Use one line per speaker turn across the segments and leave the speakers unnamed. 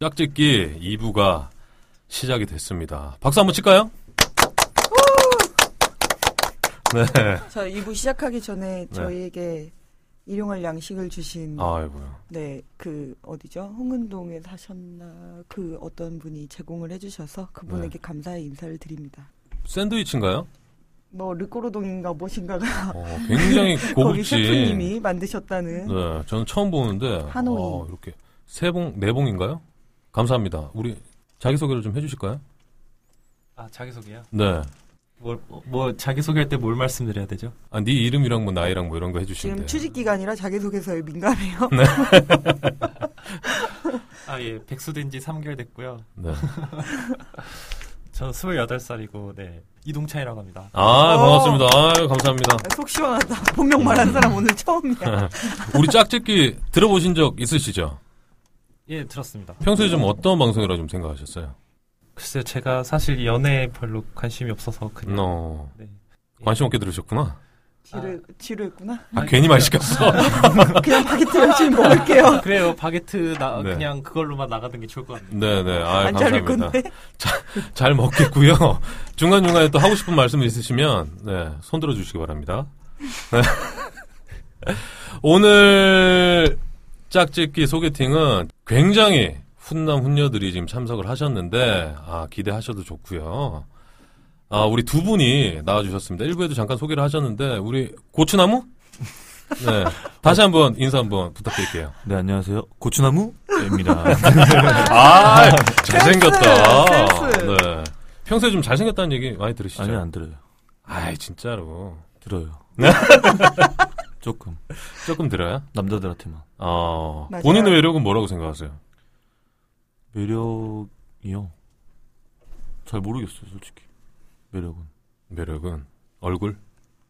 짝짓기 2부가 시작이 됐습니다. 박수 한번 칠까요? 네.
자, 2부 시작하기 전에 저희에게 일용할 양식을 주신
아이고요.
네, 그 어디죠? 홍은동에 사셨나 그 어떤 분이 제공을 해 주셔서
네.
그분에게 감사의 인사를 드립니다.
샌드위치인가요?
뭐 르꼬르동인가 무엇인가가
어, 굉장히
거기
고급진.
셰프님이 만드셨다는
네, 저는 처음 보는데.
하노이.
아, 이렇게 세 봉, 네 봉인가요? 감사합니다. 우리 자기소개를 좀 해주실까요?
아 자기소개요?
네.
뭘, 뭐, 뭐 자기소개할 때 뭘 말씀드려야 되죠?
아, 네 이름이랑 뭐 나이랑 뭐 이런 거 해주시면 네.
지금
돼요.
취직 기간이라 자기소개서에 민감해요.
아 예 백수된 지 3개월 됐고요.
네.
저 28살이고 네 이동찬이라고 합니다.
아,
어.
반갑습니다. 아유, 감사합니다.
속 시원하다. 본명 말한 사람 오늘
네.
처음이야.
우리 짝짓기 들어보신 적 있으시죠?
예 들었습니다.
평소에 좀 어떤 방송이라 좀 생각하셨어요?
글쎄요 제가 사실 연애에 별로 관심이 없어서 그냥
어,
네.
관심 없게 들으셨구나.
지루, 지루했구나.
아, 괜히 말 시켰어.
그냥 바게트 열심히 먹을게요.
그래요 바게트 나
네.
그냥 그걸로만 나가는 게 좋을 것 같네요.
네네. 아
안 자를
감사합니다.
건데.
잘 먹겠고요. 중간중간에 또 하고 싶은 말씀 있으시면, 네, 손 들어주시기 바랍니다. 네. 오늘 짝짓기 소개팅은 굉장히 훈남 훈녀들이 지금 참석을 하셨는데, 아, 기대하셔도 좋고요. 아, 우리 두 분이 나와주셨습니다. 1부에도 잠깐 소개를 하셨는데, 우리 고추나무? 네. 다시 한번 인사 한번 부탁드릴게요.
네, 안녕하세요. 고추나무입니다.
아, 잘생겼다.
센스.
네. 평소에 좀 잘생겼다는 얘기 많이 들으시죠?
아니, 안 들어요.
아이 진짜로
들어요. 조금.
조금 들어요?
남자들한테만.
어
맞아요.
본인의 매력은 뭐라고 생각하세요?
매력이요. 잘 모르겠어요, 솔직히. 매력은.
매력은 얼굴?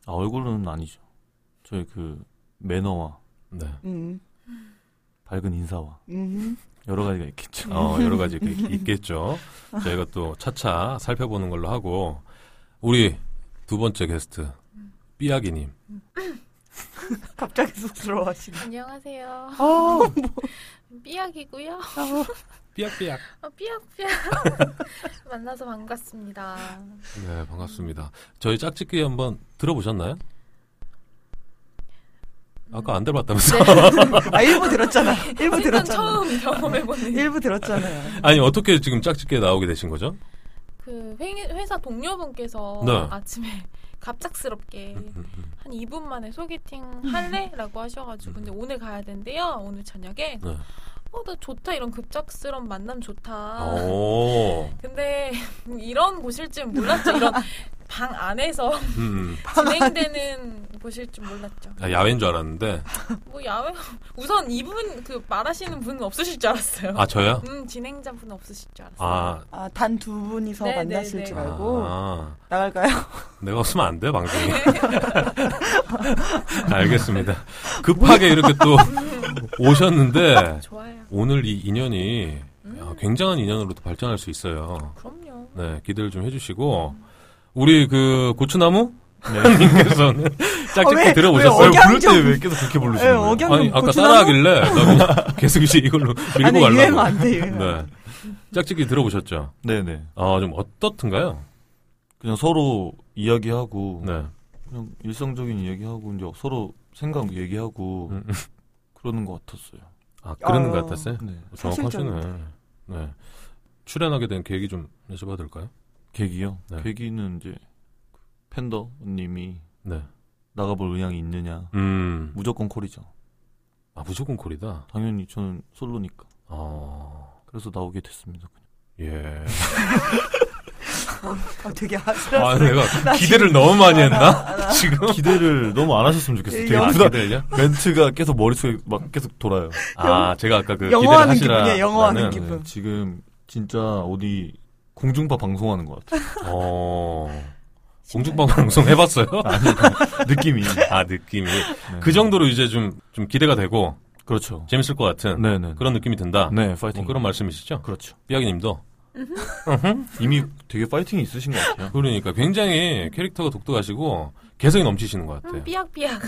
아, 얼굴은 아니죠. 저희 그, 매너와
네.
음,
밝은 인사와
음.
여러 가지가 있겠죠.
어 여러 가지 있- 있겠죠. 저희가 또 차차 살펴보는 걸로 하고 우리 두 번째 게스트 삐약이님.
갑자기 쑥스러워하시네.
안녕하세요.
어,
삐약이고요.
삐약삐약.
어, 삐약삐약. 만나서 반갑습니다.
네 반갑습니다. 저희 짝짓기 한번 들어보셨나요? 아까 안 들어봤다면서?
아, 일부 들었잖아. 일부
일단
들었잖아.
처음 경험해보는
일부 들었잖아요.
아니 어떻게 지금 짝짓기에 나오게 되신 거죠?
그 회, 회사 동료분께서
네.
아침에 갑작스럽게
음, 음,
네.
음.
한 2분 만에
음.
소개팅 할래? 라고 하셔가지고 근데 오늘 가야 된대요. 오늘 저녁에.
네.
어, 나 좋다. 이런 급작스러운 만남 좋다.
어. 오.
근데 이런 곳일 줄 몰랐죠. 이런 방 안에서
음, 음.
진행되는 곳일 줄 몰랐죠.
아, 야외인 줄 알았는데
뭐 야외 우선 이분 그 말하시는 분은 없으실 줄 알았어요.
아 저요?
음 진행자분 없으실 줄 알았어요.
아,
아, 단 두 분이서
네,
만났을
네,
줄
네.
알고
아,
나갈까요?
내가 없으면 안 돼, 방송이. 알겠습니다. 급하게 이렇게 또 오셨는데,
음, 좋아요.
오늘 이 인연이
음.
아, 굉장한 인연으로 또 발전할 수 있어요.
그럼요.
네, 기대를 좀 해주시고, 우리 그 고추나무? 님께서는 짝짝이
어, 왜-
아, 들어보셨어요?
왜 억양 좀-
왜 계속 그렇게
예, 억양
아니,
좀
아까
고추나무?
따라하길래, 나도 계속 이제 이걸로
아니,
밀고
유행
가려고.
안 돼, 유행.
네.
안 돼.
짝짝이 들어보셨죠?
네네.
아, 좀 어떻든가요?
그냥 서로 이야기하고,
네.
그냥 일상적인 이야기하고, 이제 서로 생각 얘기하고,
음,
그러는 것 같았어요.
아, 그런 것
어.
같았어요?
네.
정확하시네. 네. 출연하게 된 계획이 좀 여쭤봐도 될까요?
계기요?
네.
계기는 이제, 팬더님이
네.
나가볼 의향이 있느냐.
음.
무조건 콜이죠.
아, 무조건 콜이다.
당연히 저는 솔로니까.
어.
그래서 나오게 됐습니다. 그냥.
예.
아, 되게 아슬아슬.
아, 내가 기대를 너무 많이 했나? 지금?
기대를 너무 안 하셨으면 좋겠어요. 되게
영-
아,
부담-
기대냐?
멘트가 계속 머릿속에 막 계속 돌아요.
아, 제가 아까 그 기대를
영어하는
하시라.
기분이야, 영어하는
라는-
기분.
네, 지금 진짜 어디 공중파 방송하는 것 같아요.
어. 공중방 방송 해봤어요?
느낌이.
아, 느낌이.
네.
그 정도로 이제 좀, 좀 기대가 되고,
그렇죠.
재밌을 것 같은
네네.
그런 느낌이 든다.
네,
뭐
파이팅.
그런 말씀이시죠?
그렇죠.
삐약이 님도.
이미 되게 파이팅이 있으신 것 같아요.
그러니까 굉장히 캐릭터가 네.
음,
독특하시고, 개성이 넘치시는 것 같아요.
음, 삐약삐약.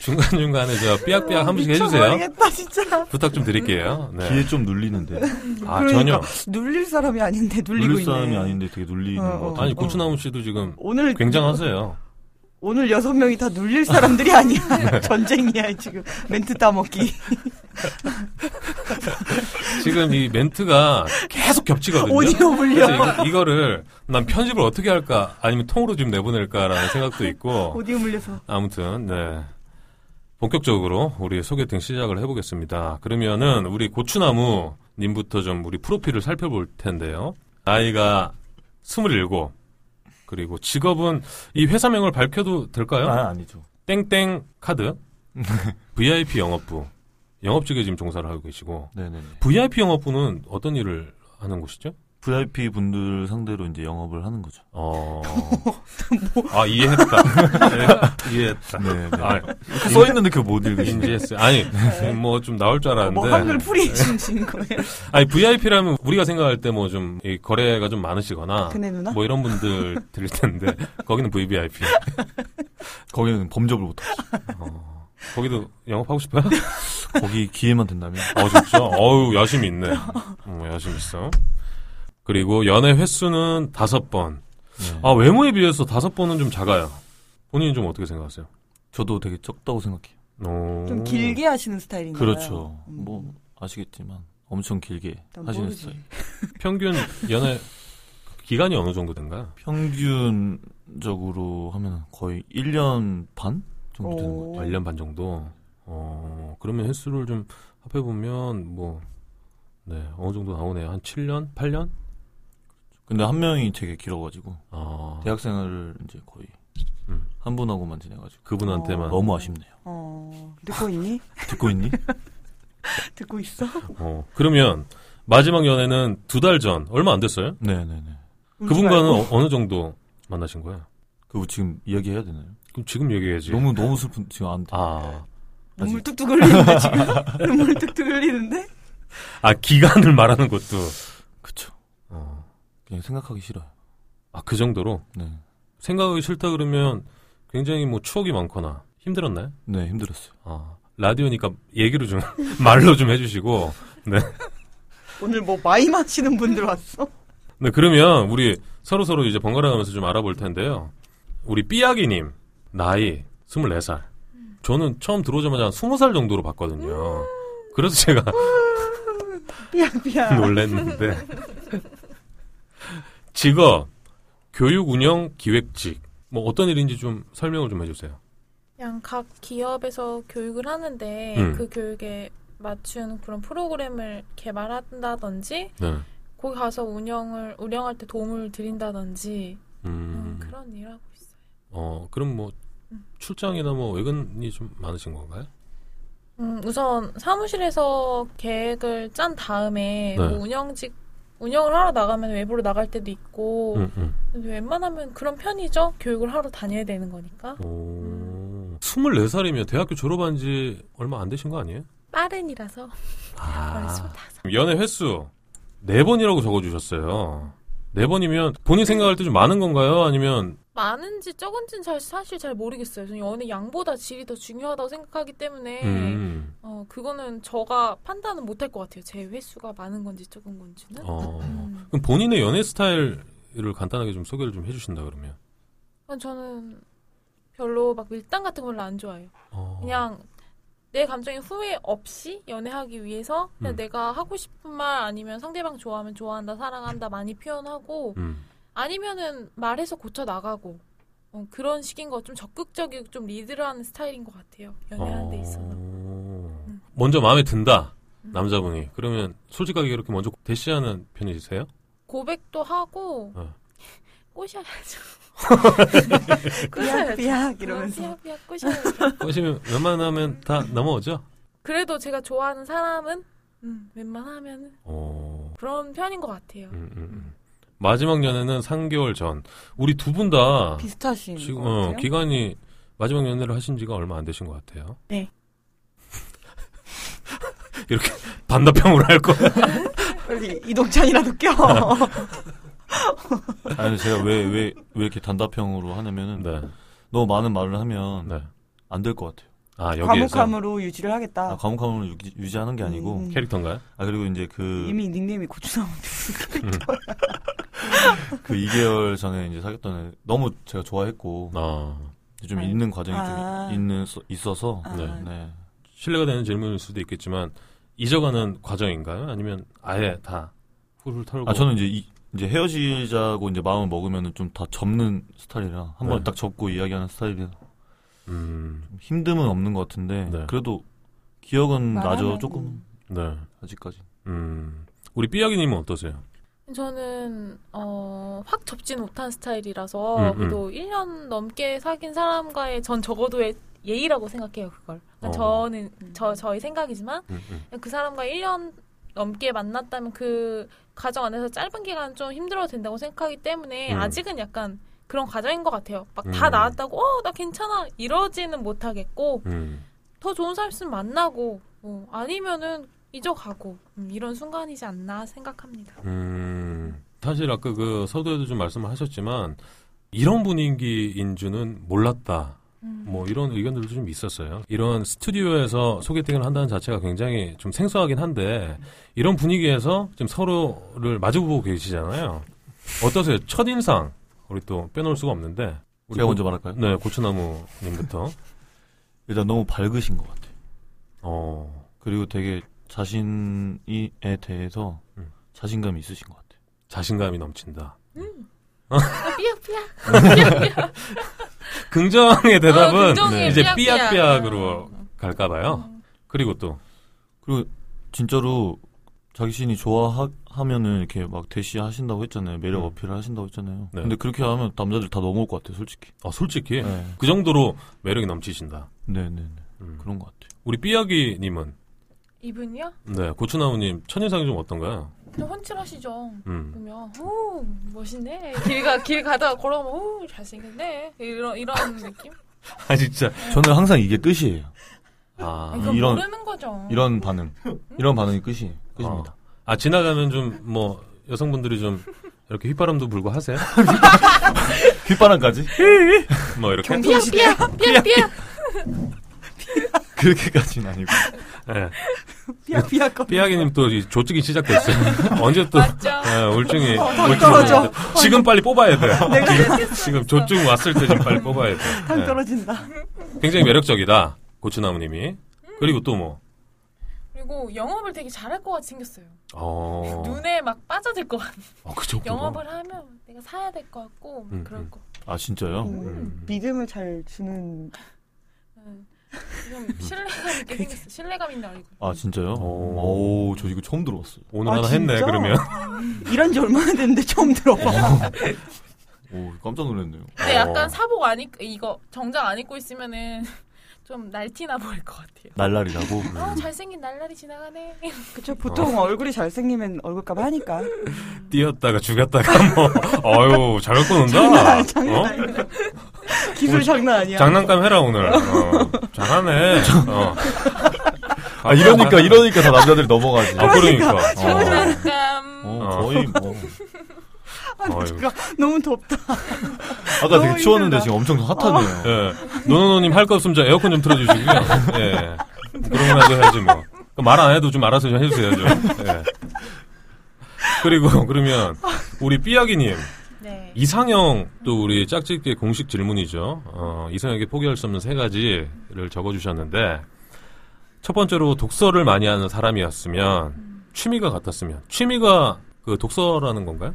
중간중간에 저 삐약삐약 네, 한 번씩 해주세요.
미쳐버리겠다 진짜.
부탁 좀 드릴게요. 네.
귀에 좀 눌리는데
아,
그러니까
전혀.
눌릴 사람이 아닌데 눌리고
눌릴
있네.
사람이 아닌데 되게 눌리는
어,
것
어.
같아요.
아니, 고추나무 씨도 지금
오늘
굉장하세요.
오늘 여섯 명이 다 눌릴 사람들이
네.
아니야. 전쟁이야 지금 멘트 따먹기.
지금 이 멘트가 계속 겹치거든요.
오디오 물려.
그러니까? 그래서 이, 이거를 난 편집을 어떻게 할까 아니면 통으로 좀 내보낼까라는 생각도 있고
오디오 물려서.
아무튼 네 본격적으로 우리 소개팅 시작을 해보겠습니다. 그러면은 우리 고추나무 님부터 좀 우리 프로필을 살펴볼 텐데요. 나이가 27 그리고 직업은 이 회사명을 밝혀도 될까요?
아, 아니죠.
땡땡 카드 VIP 영업부 영업직에 지금 종사를 하고 계시고
네네.
VIP 영업부는 어떤 일을 하는 곳이죠?
VIP 분들 상대로 이제 영업을 하는 거죠.
어. 아, 이해했다. 네, 이해했다.
네. 네.
아,
이렇게 써 있는데 그거 못 읽으시네.
인지했어요. 아니, 뭐 좀 나올 줄 알았는데.
뭐 한글
네.
풀이 주신 거예요.
아니, VIP라면 우리가 생각할 때 뭐 좀 거래가 좀 많으시거나
그네 누나.
뭐 이런 분들 드릴 텐데 거기는 VVIP.
거기는 범접을 못. 하죠.
어, 거기도 영업하고 싶어요?
거기 기회만 된다면.
어, 진짜? 어우, 야심이 있네. 어, 야심 있어. 그리고 연애 횟수는 다섯 번.
네.
아, 외모에 비해서 다섯 번은 좀 작아요. 본인은 좀 어떻게 생각하세요?
저도 되게 적다고 생각해요.
어.
좀 길게 하시는 스타일인가요?
그렇죠.
음.
뭐 아시겠지만 엄청 길게
난
하시는
모르지.
스타일.
평균 연애 기간이 어느 정도 된가요?
평균적으로 하면 거의 1년 반 정도 되는 것 같아요.
오.
1년 반 정도. 어, 그러면 횟수를 좀 합해 보면 뭐 네, 어느 정도 나오네요. 한 7년, 8년?
근데 한 명이 되게 길어가지고
아.
대학생활을 이제 거의
음.
한 분하고만 지내가지고
그분한테만 어,
너무 아쉽네요.
어, 듣고 있니?
듣고 있니?
듣고 있어?
그러면 마지막 연애는 두 달 전. 얼마 안 됐어요?
음, 네네네.
울지
그분과는
말고.
어, 어느 정도 만나신 거예요?
그거 지금 이야기해야 되나요?
그럼 지금 얘기해야지.
너무 너무 슬픈 지금 안 돼.
아.
눈물 뚝뚝 흘리는데 지금 눈물 뚝뚝 흘리는데
아, 기간을 말하는 것도
그쵸.
어.
그냥 생각하기 싫어요.
아, 그 정도로
네.
생각하기 싫다 그러면 굉장히 뭐 추억이 많거나 힘들었나요?
네 힘들었어요.
아, 라디오니까 얘기로 좀 말로 좀 해주시고.
오늘 뭐 마이 마치는 분들 왔어?
네, 그러면 우리 서로 서로 이제 번갈아가면서 좀 알아볼 텐데요. 우리 삐약이님 나이 24살. 저는 처음 들어오자마자 한 20살 정도로 봤거든요. 그래서 제가
삐약삐약
놀랬는데 직업 교육 운영 기획직 뭐 어떤 일인지 좀 설명을 좀 해주세요.
그냥 각 기업에서 교육을 하는데
음.
그 교육에 맞춘 그런 프로그램을 개발한다든지
네.
거기 가서 운영을 운영할 때 도움을 드린다든지 음,
음,
그런 일을 하고 있어요.
어 그럼 뭐 출장이나 뭐 외근이 좀 많으신 건가요?
음, 우선 사무실에서 계획을 짠 다음에
네.
뭐 운영직 운영을 하러 나가면 외부로 나갈 때도 있고
음, 음.
근데 웬만하면 그런 편이죠. 교육을 하러 다녀야 되는 거니까.
오, 24살이면 대학교 졸업한 지 얼마 안 되신 거 아니에요?
빠른이라서 원래
아.
25.
연애 횟수 4번이라고 적어주셨어요. 4번이면 본인 생각할 때 좀 많은 건가요? 아니면,
많은지 적은지는 잘, 사실 잘 모르겠어요. 저는 연애 양보다 질이 더 중요하다고 생각하기 때문에
음,
어, 그거는 제가 판단은 못할 것 같아요. 제 횟수가 많은 건지 적은 건지는.
어.
음.
그럼 본인의 연애 스타일을 간단하게 좀 소개를 좀 해주신다 그러면.
아, 저는 별로 막 밀당 같은 걸 안 좋아해요.
어,
그냥 내 감정에 후회 없이 연애하기 위해서 그냥
음.
내가 하고 싶은 말 아니면 상대방 좋아하면 좋아한다, 사랑한다 많이 표현하고
음,
아니면은 말해서 고쳐 나가고 어, 그런 식인 거 좀 적극적이고 좀 리드를 하는 스타일인 것 같아요 연애하는 데 있어서
어. 먼저 마음에 든다. 남자분이. 그러면 솔직하게 이렇게 먼저 대시하는 편이세요?
고백도 하고
어.
꼬셔야죠 꼬셔야죠
삐약삐약 이러면서
삐약삐약 꼬셔야죠
꼬시면 웬만하면 다 넘어오죠?
그래도 제가 좋아하는 사람은 음, 웬만하면
어,
그런 편인 것 같아요
음, 음, 음. 마지막 연애는 3개월 전. 우리 두 분 다
비슷하신
지금
것
어,
같아요. 네.
기간이 마지막 연애를 하신 지가 얼마 안 되신 것 같아요.
네.
이렇게 반답형으로 할 거야.
빨리 이동찬이라도 껴.
아니 제가 왜 왜 왜 이렇게 단답형으로 하냐면은
네.
너무 많은 말을 하면
네.
안 될 것 같아요.
아 여기에서
과묵함으로 유지를 하겠다.
아, 과묵함을 유지, 유지하는 게 아니고
음.
캐릭터인가요?
아 그리고 이제 그,
이미 닉네임이 고추나무
그 2개월 전에 이제 사귀었던 애 너무 제가 좋아했고
아
좀
아.
있는 과정이
아.
좀 있는 서- 있어서
아.
네.
네.
신뢰가 되는 질문일 수도 있겠지만 잊어가는 과정인가요? 아니면 아예 다 훌훌 털고
아 저는 이제 이, 이제 헤어지자고 이제 마음을 먹으면 좀 다 접는 스타일이라 한 번
네.
딱 접고 이야기하는 스타일이라
음,
힘듦은 없는 것 같은데
네.
그래도 기억은 나죠
말하면- 음.
조금
네,
아직까지
음 우리 삐약이님은 어떠세요?
저는 어, 확 접진 못한 스타일이라서
음, 음.
그래도 1년 넘게 사귄 사람과의 전 적어도 의 예의라고 생각해요 그걸. 그러니까
어.
저는
음.
저 저의 생각이지만
음, 음.
그 사람과 1년 넘게 만났다면 그 과정 안에서 짧은 기간 좀 힘들어도 된다고 생각하기 때문에
음.
아직은 약간 그런 과정인 것 같아요. 막 다
음.
나았다고 어 나 괜찮아 이러지는 못하겠고
음.
더 좋은 사람 있으면 만나고 뭐 아니면은 잊어가고 음, 이런 순간이지 않나 생각합니다.
음, 사실 아까 그 서두에도 좀 말씀을 하셨지만 이런 분위기인 줄은 몰랐다.
음.
뭐 이런 의견들도 좀 있었어요. 이런 스튜디오에서 소개팅을 한다는 자체가 굉장히 좀 생소하긴 한데 이런 분위기에서 지금 서로를 마주보고 계시잖아요. 어떠세요? 첫인상 우리 또 빼놓을 수가 없는데 우리
제가
고-
먼저 말할까요?
네 고추나무님부터
일단 너무 밝으신 것 같아요
어
그리고 되게 자신이에 대해서
음.
자신감이 있으신 것 같아요
자신감이 넘친다.
아, 삐약삐약. 어,
긍정의 음. 대답은
아,
네.
긍정의
이제
삐약삐약.
삐약삐약으로
음.
갈까봐요.
음.
그리고 또
그리고 진짜로 자신이 좋아하면은 이렇게 막 대시하신다고 했잖아요 매력
음.
어필을 하신다고 했잖아요
네.
근데 그렇게 하면 남자들 다 넘어올 것 같아요 솔직히
아, 솔직히
네.
그 정도로 매력이 넘치신다.
네, 네, 네.
음.
그런 것 같아요.
우리 삐약이님은
이분이요?
네 고추나무님 첫인상이 좀 어떤가요?
좀 헌칠하시죠.
음.
보면 오 멋있네 길가 길 가다가 걸어가면 오 잘생겼네 이런 이런 느낌
아 진짜.
저는 항상 이게 끝이에요.
아,
이건
이런-
그러니까 모르는 거죠
이런 반응, 이런 반응이 끝이 끝입니다.
아 지나가면 좀 뭐 여성분들이 좀 이렇게 휘바람도 불고 하세요?
귓바람까지
뭐 이렇게.
경성시대
삐약 삐약
그렇게까지는 아니고
예.
삐약삐약 거.
삐약이님 또 이 조증이 시작됐어요. 언제 또
맞죠
예, 울증이
어, 당
울증이
떨어져.
오는데. 지금 빨리 뽑아야 돼.
내가
지금 조증 왔을 때 좀 빨리 뽑아야 돼.
당
예.
떨어진다.
굉장히 매력적이다 고추나무님이. 그리고 또 뭐.
그리고 영업을 되게 잘할 것 같이 생겼어요
어.
눈에 막 빠져들 것 같아
어, 그 정도.
영업을 하면 내가 사야 될 것 같고 막
음, 음.
그럴 것
아 진짜요?
음.
음, 믿음을 잘 주는
음. 좀 신뢰감 있게 생겼어 신뢰감 있는 얼굴
아 진짜요?
오.
오, 저 이거 처음 들어봤어요.
어. 오늘
아,
하나 했네
진짜?
그러면.
이런 지 얼마나 됐는데 처음 들어봐.
오, 깜짝 놀랐네요.
근데
어.
약간 사복 안 입, 이거 정장 안 입고 있으면은 좀 날티나 보일 것 같아요
날라리라고.
음.
아 잘생긴 날날이 지나가네
어.
그쵸 보통 얼굴이 잘생기면 얼굴값 하니까.
띄었다가 죽였다가 뭐 아유 잘 갖고 논다
장난 장난
어?
아니야. 기술 장난 아니야.
장난감 해라 오늘 어, 잘하네 어.
아 이러니까 이러니까 다 남자들이 넘어가지.
아 그러니까
그러니까.
어.
약간
어,
어.
거의 뭐
아, 나
어이구.
잠깐 너무 덥다.
아까
너무
되게 추웠는데
힘들다.
지금 엄청 핫하네요.
예. 노노노님 할 거 없으면 저 에어컨 좀 틀어주시고요 예. 그런 거라도 해야지 뭐말 안 해도 좀 알아서 좀 해주세요 좀 예. 그리고 그러면 우리 삐약이님
네
이상형 또 우리 짝짓기 공식 질문이죠. 어, 이상형에게 포기할 수 없는 세 가지를 적어주셨는데 첫 번째로 독서를 많이 하는 사람이었으면 취미가 같았으면 취미가 그 독서라는 건가요?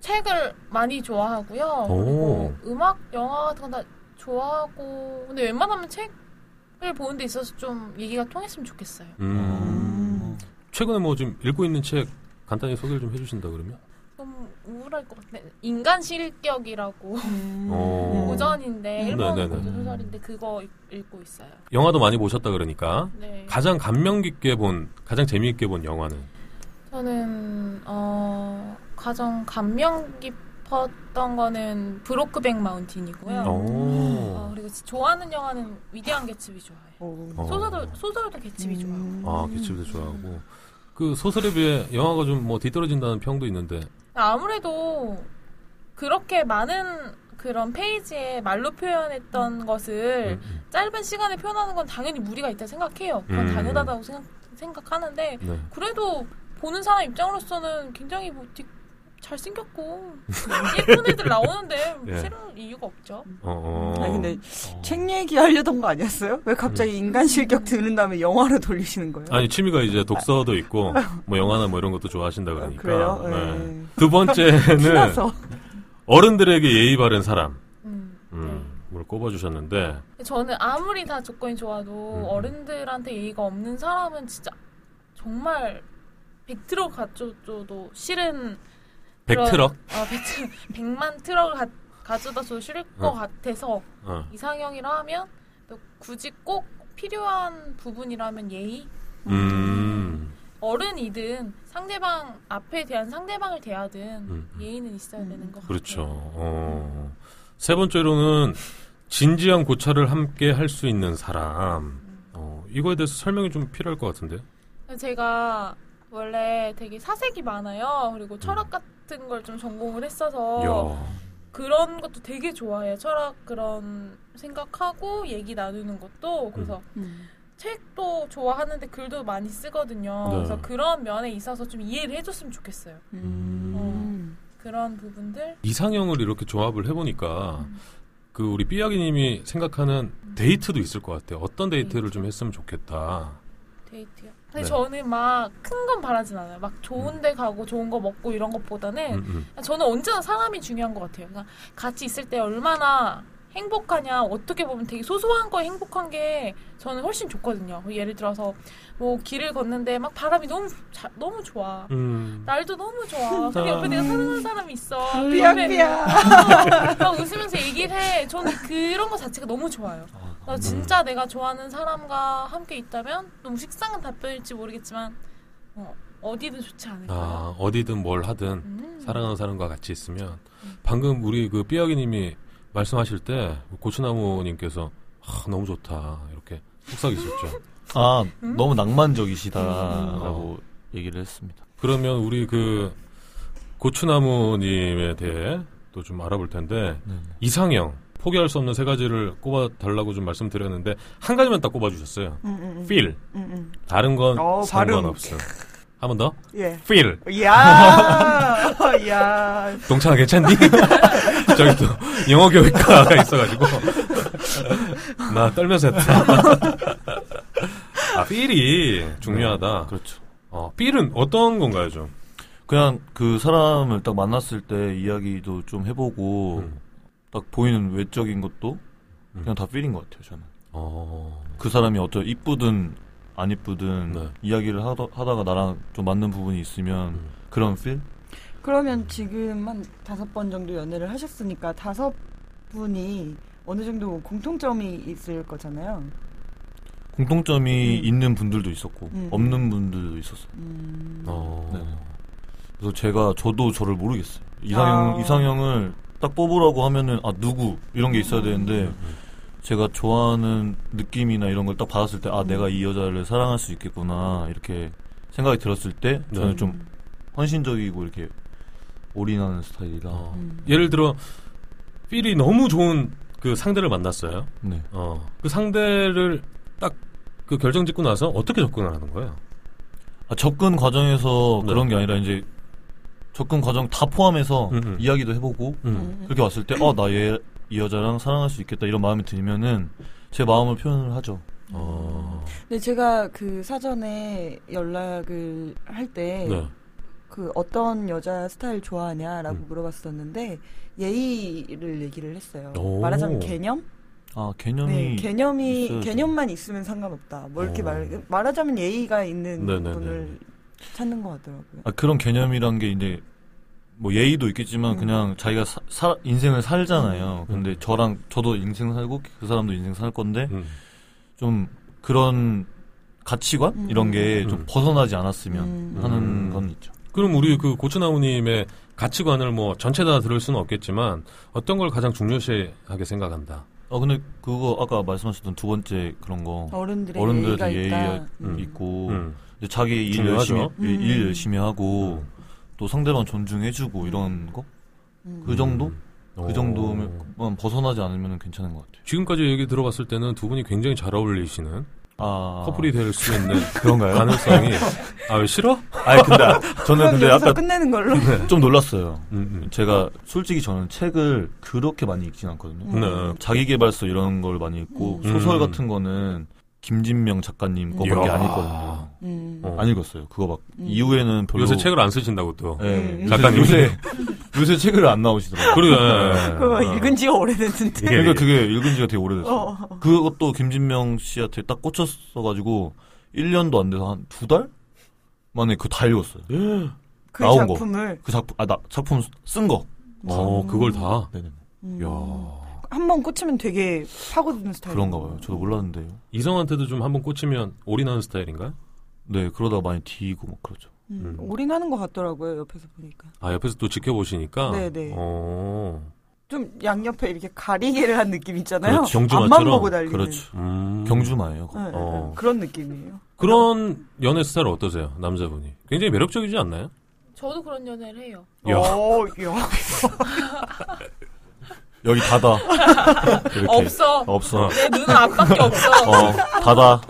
책을 많이 좋아하고요.
오.
그리고 음악, 영화 같은 건 다 좋아하고 근데 웬만하면 책을 보는 데 있어서 좀 얘기가 통했으면 좋겠어요.
음,
음.
최근에 뭐 좀 읽고 있는 책 간단히 소개를 좀 해주신다 그러면
너무 우울할 것 같네. 인간 실격이라고
음. 오.
고전인데
음.
일본
어. 네네네.
고전 소설인데 그거 읽- 읽고 있어요.
영화도 많이 보셨다 그러니까
네.
가장 감명 깊게 본 가장 재미있게 본 영화는
저는 어 가장 감명 깊었던 거는 브로크백 마운틴이고요.
어.
어,
오.
그리고 지- 좋아하는 영화는 위대한 개츠비 좋아해요.
오.
어.
소설도 소설도
음.
개츠비 좋아하고.
아 개츠도 좋아하고 그 소설에 비해 영화가 좀 뭐 뒤떨어진다는 평도 있는데
아무래도 그렇게 많은 그런 페이지에 말로 표현했던 것을
음,
짧은 시간에 표현하는 건 당연히 무리가 있다 생각해요. 그건
음.
당연하다고 생각, 생각하는데
음. 네.
그래도 보는 사람 입장으로서는 굉장히 뭐 디- 잘생겼고 예쁜 애들 나오는데
예.
싫을 이유가 없죠.
어, 어. 음.
아니 근데 책 얘기하려던 거 아니었어요? 왜 갑자기 인간 실격 드는 다음에 영화로 돌리시는 거예요?
아니 취미가 이제 독서도 있고 뭐 영화나 뭐 이런 것도 좋아하신다
아,
그러니까.
그래요?
네.
네.
두 번째는
신나서
어른들에게 예의 바른 사람.
음.
네.
음, 뭘 꼽아주셨는데.
저는 아무리 다 조건이 좋아도
음.
어른들한테 예의가 없는 사람은 진짜 정말 백트럭 갖춰줘도 싫은 그런-
백트럭?
아 백트 백만 트럭을 가, 가져다줘도 싫을 것
어.
같아서
어.
이상형이라 하면 또 굳이 꼭 필요한 부분이라면 예의
음.
어른이든 상대방 앞에 대한 상대방을 대하든
음, 음.
예의는 있어야
음.
되는 것 같아요.
그렇죠. 어. 세 번째로는 진지한 고찰을 함께 할 수 있는 사람. 어, 이거에 대해서 설명이 좀 필요할 것 같은데요.
제가 원래 되게 사색이 많아요. 그리고 철학 같은 걸 좀 전공을 했어서
음. 야.
그런 것도 되게 좋아해요. 철학 그런 생각하고 얘기 나누는 것도 그래서
음.
책도 좋아하는데 글도 많이 쓰거든요.
네.
그래서 그런 면에 있어서 좀 이해를 해줬으면 좋겠어요.
음.
그런 부분들.
이상형을 이렇게 조합을 해보니까
음.
그 우리 삐약이님이 생각하는 데이트도 있을 것 같아요. 어떤 데이트를 좀 했으면 좋겠다.
데이트요. 근데
네.
저는 막 큰 건 바라진 않아요. 막 좋은데 가고 좋은 거 먹고 이런 것보다는
음, 음.
저는 언제나 사람이 중요한 것 같아요. 그러니까 같이 있을 때 얼마나 행복하냐 어떻게 보면 되게 소소한 거에 행복한 게 저는 훨씬 좋거든요. 예를 들어서 뭐 길을 걷는데 막 바람이 너무 자- 너무 좋아.
음.
날도 너무 좋아. 근데 옆에 내가 사랑하는 사람이 있어.
삐약삐약.
옆에 막 아, 웃으면서 얘기를 해. 저는 그런 거 자체가 너무 좋아요. 나 진짜 내가 좋아하는 사람과 함께 있다면 너무 식상한 답변일지 모르겠지만 어, 어디든 좋지 않을까요?
아, 어디든 뭘 하든
음.
사랑하는 사람과 같이 있으면 방금 우리 그 삐약이님이 말씀하실 때 고추나무님께서 아, 너무 좋다 이렇게 속삭이셨죠.
아
음?
너무 낭만적이시다라고 얘기를 했습니다.
그러면 우리 그 고추나무님에 대해 또 좀 알아볼 텐데
네.
이상형 포기할 수 없는 세 가지를 꼽아 달라고 좀 말씀드렸는데 한 가지만 딱 꼽아 주셨어요.
음, 음, 음.
feel
음, 음.
다른 건
어, 발음.
상관없음. 한 번 더.
예.
feel
야, 야,
동창아 괜찮니? 저기 또 영어 교육과가 있어가지고 나 떨면서 했다. 아 삘이 중요하다.
그렇죠.
어 삘은 어떤 건가요 좀?
그냥 그 사람을 딱 만났을 때 이야기도 좀 해보고
음.
딱 보이는 외적인 것도
음.
그냥 다 필인 것 같아요. 저는
어
그 사람이 어쩌 이쁘든 안 이쁘든
네.
이야기를 하다, 하다가 나랑 좀 맞는 부분이 있으면
음.
그런 필?
그러면 지금 한 다섯 번 정도 연애를 하셨으니까 다섯 분이 어느 정도 공통점이 있을 거잖아요.
공통점이
음.
있는 분들도 있었고
음.
없는 분들도 있었어요.
음.
어.
네. 그래서 제가 저도 저를 모르겠어요. 이상형
아.
이상형을 딱 뽑으라고 하면은 아 누구 이런 게
음.
있어야 되는데
네.
제가 좋아하는 느낌이나 이런 걸 딱 받았을 때
음.
아 내가 이 여자를 사랑할 수 있겠구나 이렇게 생각이 들었을 때 저는
네.
좀 헌신적이고 이렇게 올인하는 스타일이라
어.
음.
예를 들어 삘이 너무 좋은 그 상대를 만났어요.
네
어그 상대를 딱 그 결정 짓고 나서 어떻게 접근을 하는 거예요?
아, 접근 과정에서
네.
그런 게 아니라 이제 접근 과정 다 포함해서
음, 음.
이야기도 해보고
음.
음.
그렇게 왔을 때 어 나 얘 이 여자랑 사랑할 수 있겠다 이런 마음이 들면은 제 마음을 표현을 하죠.
어.
근데 제가 그 사전에 연락을 할 때
네.
그 어떤 여자 스타일 좋아하냐라고
음.
물어봤었는데 예의를 얘기를 했어요.
오.
말하자면 개념?
아 개념이
네, 개념이
있어야죠. 어.
개념만 있으면 상관없다. 뭐 이렇게
오.
말 말하자면 예의가 있는
네네네.
분을 찾는 것 같더라고요.
아, 그런 개념이란 게 이제 뭐 예의도 있겠지만
음.
그냥 자기가 사, 사- 인생을 살잖아요.
음.
근데 저랑 저도 인생 살고 그 사람도 인생 살 건데
음.
좀 그런 가치관
음.
이런 게 좀
음.
벗어나지 않았으면
음.
하는
음.
건 있죠.
그럼 우리 그 고추나무님의 가치관을 뭐 전체 다 들을 수는 없겠지만 어떤 걸 가장 중요시하게 생각한다.
아 근데 그거 아까 말씀하셨던 두 번째 그런 거
어른들의 예의가
어른들한테 예의
있다.
음.
있고
음.
이제 자기 일
중요하죠.
열심히 예, 일-
음.
일 열심히 하고
음.
또 상대방 존중해주고 이런 거
음.
그 정도?
음. 오.
그 정도면 벗어나지 않으면 괜찮은 것 같아요.
지금까지 얘기 들어봤을 때는 두 분이 굉장히 잘 어울리시는
아
커플이 될 수 있는
그런가요?
가능성이 아 왜 싫어?
아니 근데 아- 저는 근데
여기서
아까 네.
끝내는 걸로.
좀 놀랐어요.
음,
제가 솔직히 저는 책을 그렇게 많이 읽진 않거든요.
음. 네.
자기계발서 이런 걸 많이 읽고
음.
소설 같은 거는 김진명 작가님 거밖에
이야.
안 읽거든요.
음.
어.
안 읽었어요. 그거 막
음.
이후에는 별로
요새 책을 안 쓰신다고 또.
예,
음.
요새-
작가님.
요새 요새 책을 안 나오시더라고요.
그래.
그거
예.
읽은 지가 오래됐는데.
예, 예.
그러니까 그게 읽은 지가 되게 오래됐어요.
어.
그것도 김진명 씨한테 딱 꽂혔어가지고 1년도 안 돼서 한 두 달 만에 그거 다 읽었어요.
그
나온 거.
작품을
그 작품 아나 작품 쓴 거.
어, 그걸 다.
네네.
음.
야.
아.
한 번 꽂히면 되게 파고드는 스타일.
그런가 봐요. 저도 몰랐는데요.
이성한테도 좀 한번 꽂히면 올인하는 스타일인가요?
네 그러다 많이 뒤고 막 그렇죠. 그러죠.
음.
음.
올인하는 것 같더라고요 옆에서 보니까.
아 옆에서 또 지켜보시니까.
네네.
어.
좀 양옆에 이렇게 가리개를 한 느낌 있잖아요.
그렇지, 경주마처럼.
앞만 보고 달리는.
그렇죠.
음.
경주마예요. 그거.
네,
어.
그런 느낌이에요.
그런 연애 스타일 어떠세요 남자분이? 굉장히 매력적이지 않나요?
저도 그런 연애를 해요.
야.
어, 야. 네.
여기 닫아. 이렇게.
없어.
없어.
내 눈은 앞밖에 없어.
어, 닫아.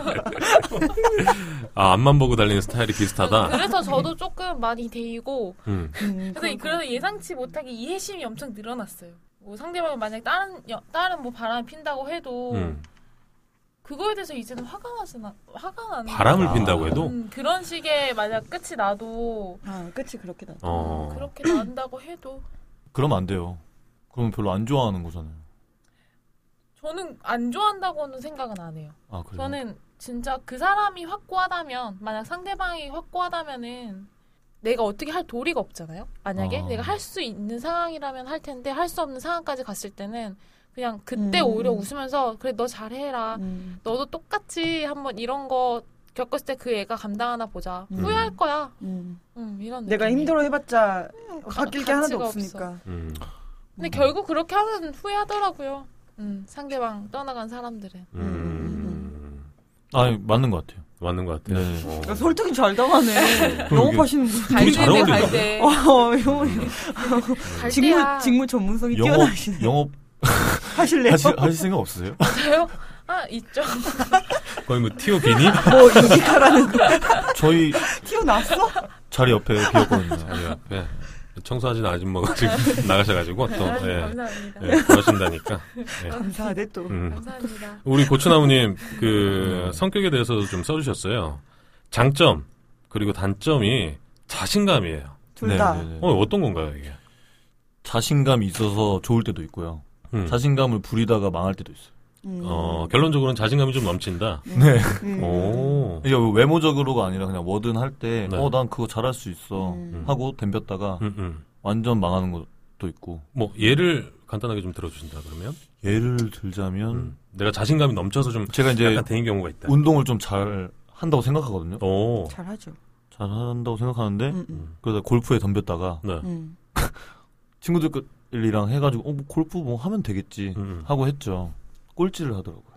아 앞만 보고 달리는 스타일이 비슷하다.
그래서 저도 조금 많이 데이고
음.
음,
근데 그래서 예상치 못하게 이해심이 엄청 늘어났어요. 뭐 상대방이 만약에 다른 여- 다른 뭐 바람이 핀다고 해도
음.
그거에 대해서 이제는 화가 나서 화가 나는
바람을
아.
핀다고 해도.
음, 그런 식의 만약 끝이 나도
아, 끝이 그렇게 나.
어.
그렇게 난다고 해도
그러면 안 돼요. 그러면 별로 안 좋아하는 거잖아요.
저는 안 좋아한다고는 생각은 안 해요.
아 그래요.
저는 진짜 그 사람이 확고하다면 만약 상대방이 확고하다면은 내가 어떻게 할 도리가 없잖아요. 만약에
아.
내가 할 수 있는 상황이라면 할 텐데 할 수 없는 상황까지 갔을 때는 그냥 그때
음.
오히려 웃으면서 그래 너 잘해라.
음.
너도 똑같이 한번 이런 거 겪었을 때 그 애가 감당하나 보자.
음.
후회할 거야.
음.
음, 이런
내가
느낌이에요.
힘들어 해봤자
가-
바뀔 게 하나도
가치가
없으니까.
음.
근데 결국 그렇게 하면 후회하더라고요. 음, 상대방 떠나간 사람들은.
음. 음.
아니 맞는 것 같아요.
맞는 것 같아요.
네.
어.
야, 설득이 잘 당하네. 영업하시는 분.
둘이 잘
갈대네,
어울린다.
갈대.
어, 영업이- 직무,
갈대야.
직무 전문성이
영업
뛰어나시네.
영업
하실래요?
하실 하실 생각 없으세요?
저요? 아, 있죠.
거의 뭐 티오 비니?
뭐, 인기카라는
저희
튀어나왔어?
자리 옆에 비었거든요.
아니, 옆에 청소하시는 아줌마가 지금 나가셔가지고 또 예,
아, 감사합니다.
예, 그러신다니까. 예.
감사하네, 또.
음.
감사합니다.
우리 고추나무님 그 성격에 대해서도 좀 써주셨어요. 장점 그리고 단점이 자신감이에요.
둘 다.
네, 네, 네.
어 어떤 건가요 이게?
자신감이 있어서 좋을 때도 있고요.
음.
자신감을 부리다가 망할 때도 있어요.
음.
어 결론적으로는 자신감이 좀 넘친다.
네.
음.
오.
이게 외모적으로가 아니라 그냥 워든 할 때 어
네.
난 그거 잘할 수 있어
음.
하고 덤볐다가
음, 음.
완전 망하는 것도 있고
뭐 예를 간단하게 좀 들어주신다 그러면
예를 들자면
음. 내가 자신감이 넘쳐서 좀
제가 이제
약간 대인 경우가 있다.
운동을 좀 잘 한다고 생각하거든요.
오.
잘하죠.
잘 한다고 생각하는데
음, 음.
음.
그러다 골프에 덤볐다가
네.
음.
친구들이랑 해가지고 어, 뭐 골프 뭐 하면 되겠지
음, 음.
하고 했죠. 꼴찌를 하더라고요.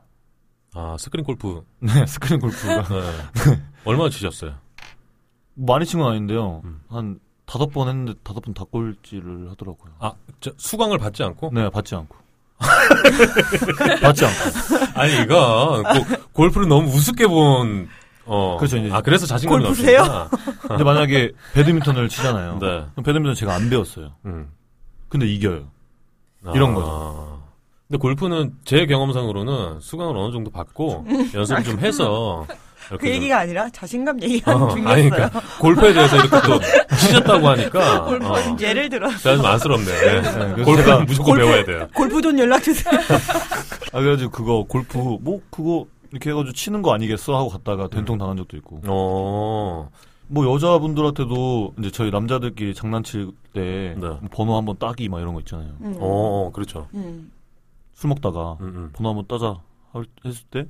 아 스크린 골프
네 스크린 골프가
네. 얼마 치셨어요?
많이 친 건 아닌데요.
음.
한 다섯 번 했는데 다섯 번 다 꼴찌를 하더라고요.
저, 수강을 받지 않고?
네 받지 않고 받지 않고
아니 이거 고- 골프를 너무 우습게 본. 어.
그렇죠, 이제.
아 그래서 자신감이
골프세요?
넘친다.
근데 만약에 배드민턴을 치잖아요.
네.
그럼 배드민턴 제가 안 배웠어요.
음.
근데 이겨요.
아.
이런
근데 골프는 제 경험상으로는 수강을 어느 정도 받고 연습을 좀 해서 이렇게
그
좀-
얘기가 아니라 자신감 얘기하는
어,
중이었어요.
아니 그러니까 골프에 대해서 이렇게 또 치셨다고 하니까
골프
어,
언제?
예를 들어
제가 좀 안쓰럽네요. 네.
네, 그래서 제가-
골프는 무조건
골프-
배워야 돼요.
골프존 연락 주세요.
아 그래가지고 그거 골프 뭐 그거 이렇게 해가지고 치는 거 아니겠어 하고 갔다가 된통 당한 적도 있고
어,
뭐 여자분들한테도 이제 저희 남자들끼리 장난칠 때뭐
네.
번호 한번 따기 막 이런 거 있잖아요.
음.
어, 그렇죠.
음.
술 먹다가
음, 음.
번호 한번 따자 할- 했을 때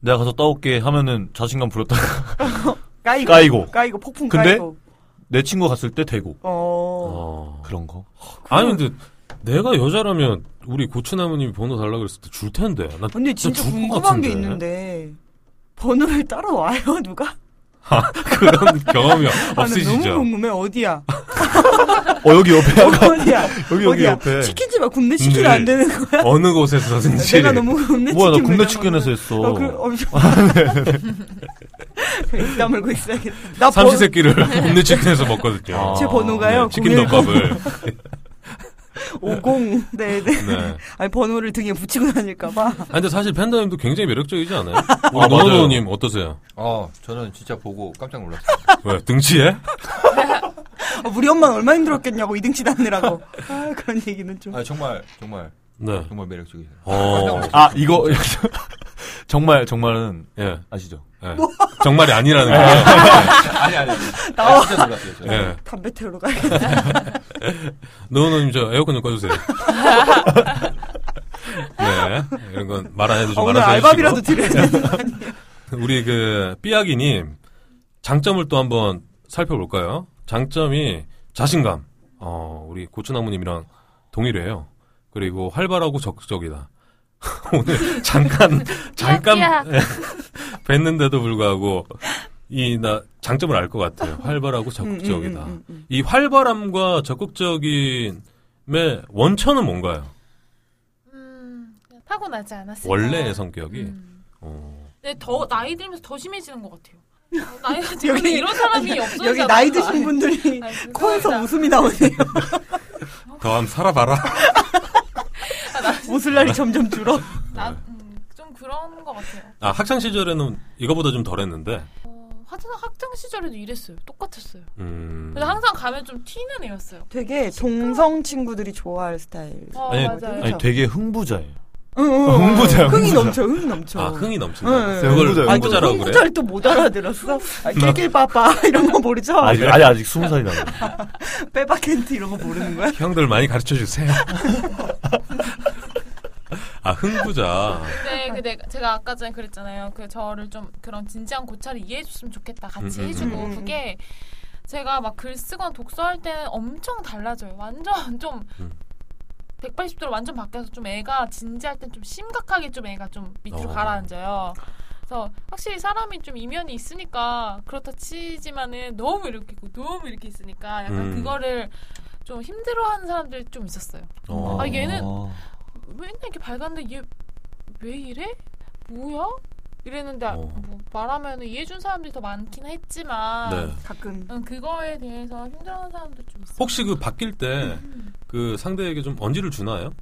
내가 가서 따올게 하면은 자신감 부렸다가
까이고
까이고
까이고 폭풍
근데?
까이고.
내 친구 갔을 때 대고
어.
어.
그런 거.
아니 근데 내가 여자라면 우리 고추나무님이 번호 달라 그랬을 때 줄 텐데. 나
근데 진짜
죽을 것
궁금한
같은데.
게 있는데 번호를 따러 와요 누가?
그런 경험이
아, 나 너무
없으시죠?
궁금해 어디야?
어 여기 옆에 아까
어디야?
여기 여기
어디야?
옆에
치킨집 아 굽네 치킨 안 되는 거야.
어느 곳에서든지
내가 너무 굽네
뭐야 나
치킨
국내
매장
치킨에서
먹는-
했어.
어, 그, 엄청. 입 다물고 있어야겠다. 나 번,
삼시세끼를 굽네 치킨에서 먹거든요. 네,
아.
제 번호가요.
치킨
010
덮밥을.
50. 네, 네.
네.
아니, 번호를 등에 붙이고 다닐까봐.
아, 근데 사실 팬더님도 굉장히 매력적이지 않아요?
아,
우리
맞아요.
노노님 어떠세요?
어, 저는 진짜 보고 깜짝 놀랐어요.
왜 등치에?
아, 우리 엄마는 얼마나 힘들었겠냐고, 이등치 다느라고. 아, 그런 얘기는 좀.
아, 정말, 정말,
네.
정말 매력적이세요.
어,
아 이거 정말 정말은
예,
아시죠?
예. 정말이 아니라는 거예요.
아니, 아니, 아니. 아, 진짜 놀랐어요. 저는.
예.
담배 태우러 가야겠다.
노노님 저 에어컨 좀 꺼주세요. 네, 이런 건 말 안 해도
아,
좀
오늘
알아서 해주시고.
알바비라도 드려야 되는 거 아니에요?
우리 그 삐약이님 장점을 또 한번 살펴볼까요? 장점이 자신감. 어, 우리 고추나무님이랑 동일해요. 그리고 활발하고 적극적이다. 오늘 잠깐 잠깐
삐약.
뵀는데도 불구하고 이 나 장점을 알 것 같아요. 활발하고 적극적이다.
음, 음, 음, 음.
이 활발함과 적극적임의 원천은 뭔가요?
음, 그냥 타고나지 않았을까.
원래의 성격이.
음.
어.
근데 더 나이 들면서 더 심해지는 것 같아요. 어, 나이가
여기-
들면 이런 사람이 없어지잖아.
여기 나이 드신 분들이 코에서 웃음이 나오네요.
더함 살아봐라.
웃을 날이 점점 줄어.
나, 음, 좀 그런 것 같아요.
아 학창 시절에는 이거보다 좀 덜했는데.
어, 하여튼 학창 시절에도 이랬어요. 똑같았어요.
음.
그래서 항상 가면 좀 튀는 애였어요.
되게 동성 친구들이 좋아할 스타일.
어,
아니,
맞아요.
아니 되게 흥부자예요.
응, 응, 응.
흥부자야,
흥이 넘쳐,
흥부자.
흥이 넘쳐.
아, 흥이 넘친다.
응, 응.
그걸
네, 흥부자,
흥부자라고
또
그래?
흥부자를 아, 또 못 알아들었어? 아, 길길빠빠 이런 거 모르죠?
아직 아니 아직 스무 살이 나요.
빼박캔트 이런 거 모르는 거야?
형들 많이 가르쳐 주세요. 아, 흥부자.
네, 그 내가 제가 아까 전에 그랬잖아요. 그 저를 좀 그런 진지한 고찰을 이해해줬으면 좋겠다. 같이
음, 음,
해주고
음, 음.
그게 제가 막 글 쓰거나 독서할 때는 엄청 달라져요. 완전 좀
음.
180도로 완전 바뀌어서 좀 애가 진지할 땐 좀 심각하게 좀 애가 좀 밑으로
어.
가라앉아요. 그래서 확실히 사람이 좀 이면이 있으니까 그렇다 치지만은 너무 이렇게 있고 너무 이렇게 있으니까 약간
음.
그거를 좀 힘들어하는 사람들이 좀 있었어요.
어.
아, 얘는- 맨날 이렇게 밝았는데 얘 왜 이래? 뭐야? 이랬는데
어.
뭐 말하면 이해준 사람들이 더 많긴 했지만
네.
가끔.
음, 그거에 대해서 힘들어하는 사람도 좀 있어요.
혹시 그 바뀔 때 그 상대에게 좀 언지를 주나요?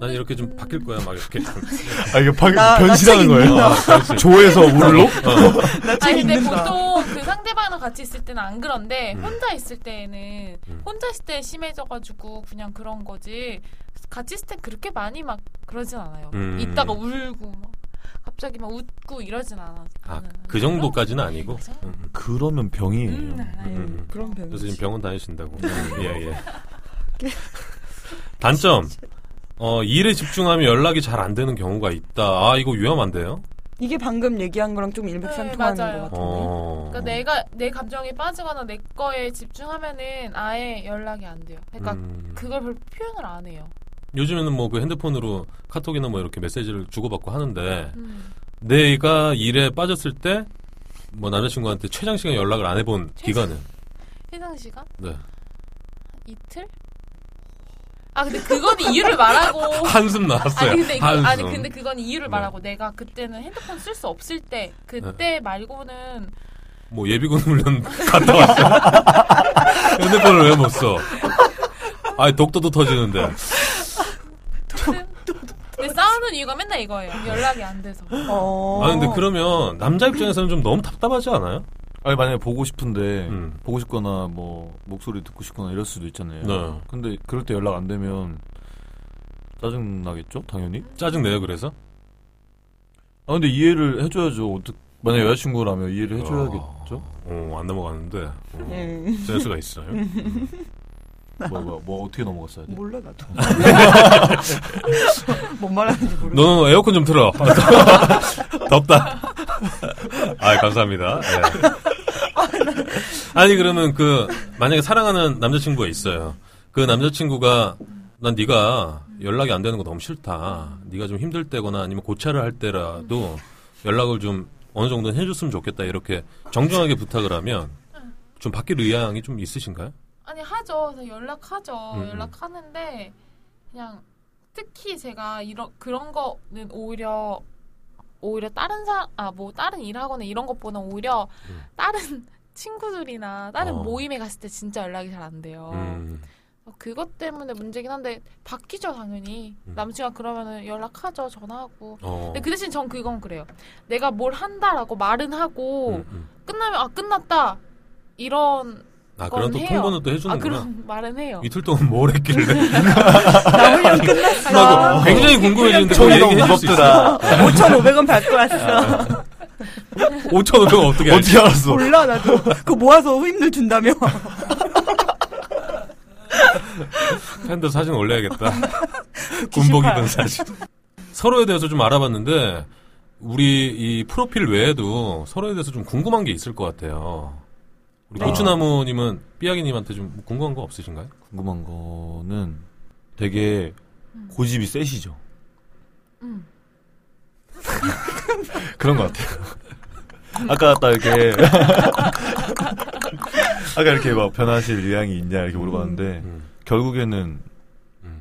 난 이렇게 좀 바뀔 거야, 막 이렇게.
아 이게 방,
나- 나
변신하는
책이
거예요.
있나?
아, 조에서 울로?
어.
아니 근데
있는다.
보통 그 상대방이랑 같이 있을 때는 안 그런데
음.
혼자 있을 때는
음.
혼자 있을 때 심해져가지고 그냥 그런 거지 같이 있을 땐 그렇게 많이 막 그러진 않아요.
음.
있다가 울고 막 갑자기 막 웃고 이러진 않아.
아, 그 정도까지는 아니고. 음, 음.
그러면 병이에요.
음, 알아요.
음.
그런 병이
그래서 지금 병원 다니신다고.
네.
예, 예. 단점. 어, 일에 집중하면 연락이 잘 안 되는 경우가 있다. 아, 이거 위험한데요?
이게 방금 얘기한 거랑 좀 일맥상통하는
네, 맞아요.
것 같은데.
어.
그러니까 내가 내 감정에 빠지거나 내 거에 집중하면은 아예 연락이 안 돼요. 그러니까
음.
그걸 별로 표현을 안 해요.
요즘에는 뭐 그 핸드폰으로 카톡이나 뭐 이렇게 메시지를 주고받고 하는데
음.
내가 일에 빠졌을 때 뭐 남자친구한테 최장 시간 연락을 안 해본
최장-
기간은
해상 시간
네.
이틀? 아 근데 그건 이유를 말하고
한숨 나왔어요.
아니 근데 그,
한숨.
아니 근데 그건 이유를
네.
말하고 내가 그때는 핸드폰 쓸 수 없을 때 그때 말고는
뭐 예비군 훈련 갔다 왔어. 핸드폰을 왜 못 써? 아니 독도도 터지는데.
근데 싸우는 이유가 맨날 이거예요. 연락이 안 돼서.
어.
아니 근데 그러면 남자 입장에서는 좀 너무 답답하지 않아요?
아니 만약에 보고 싶은데
음.
보고 싶거나 뭐 목소리 듣고 싶거나 이럴 수도 있잖아요.
네.
근데 그럴 때 연락 안 되면 짜증 나겠죠, 당연히.
짜증 내요 그래서?
아 근데 이해를 해줘야죠. 어떻게 만약 에 여자친구라면 이해를 해줘야겠죠.
어, 안 넘어가는데 어,
음.
센스가 있어요.
뭐, 뭐, 뭐 어떻게 넘어갔어야 돼?
몰라 나도. 뭔 말하는지 모르겠어.
너 에어컨 좀 틀어. 덥다. 아 감사합니다. 예. 아니 그러면 그 만약에 사랑하는 남자친구가 있어요. 그 남자친구가 난 네가 연락이 안 되는 거 너무 싫다. 네가 좀 힘들 때거나 아니면 고찰을 할 때라도 연락을 좀 어느 정도는 해줬으면 좋겠다. 이렇게 정중하게 부탁을 하면 좀 바뀔 의향이 좀 있으신가요?
아니 하죠. 그래서 연락하죠.
음, 음.
연락하는데 그냥 특히 제가 이런 그런 거는 오히려 오히려 다른 사아뭐 다른 일하거나 이런 것보다 오히려
음.
다른 친구들이나 다른
어.
모임에 갔을 때 진짜 연락이 잘 안 돼요. 어,
음.
그것 때문에 문제긴 한데 바뀌죠 당연히
음.
남친과 그러면은 연락하죠 전화하고.
어.
근데 그 대신 전 그건 그래요. 내가 뭘 한다라고 말은 하고
음, 음.
끝나면 아 끝났다 이런
아 그런 또
해요.
통보는 또
아
해주는구나.
그런 말은 해요.
이틀 동안 뭘 했길래?
나 훈련 끝났어.
나도 굉장히 궁금해지는데 그거
청이동
얘기해 줄수 있어?
무겁더라.
5,500원 받고
아.
왔어.
5,500원 어떻게 알지?
어떻게 알았어?
몰라 나도. 그거 모아서 후임들 준다며.
팬들 사진 올려야겠다. 군복 입은 사진. 서로에 대해서 좀 알아봤는데 우리 이 프로필 외에도 서로에 대해서 좀 궁금한 게 있을 것 같아요. 우리
네.
고추나무님은 삐약이님한테 좀 궁금한 거 없으신가요?
궁금한 거는 되게 고집이 세시죠.
음.
그런 것 같아요. 아까 딱 이렇게 아까 이렇게 막 변하실 의향이 있냐 이렇게 물어봤는데
음.
결국에는
음.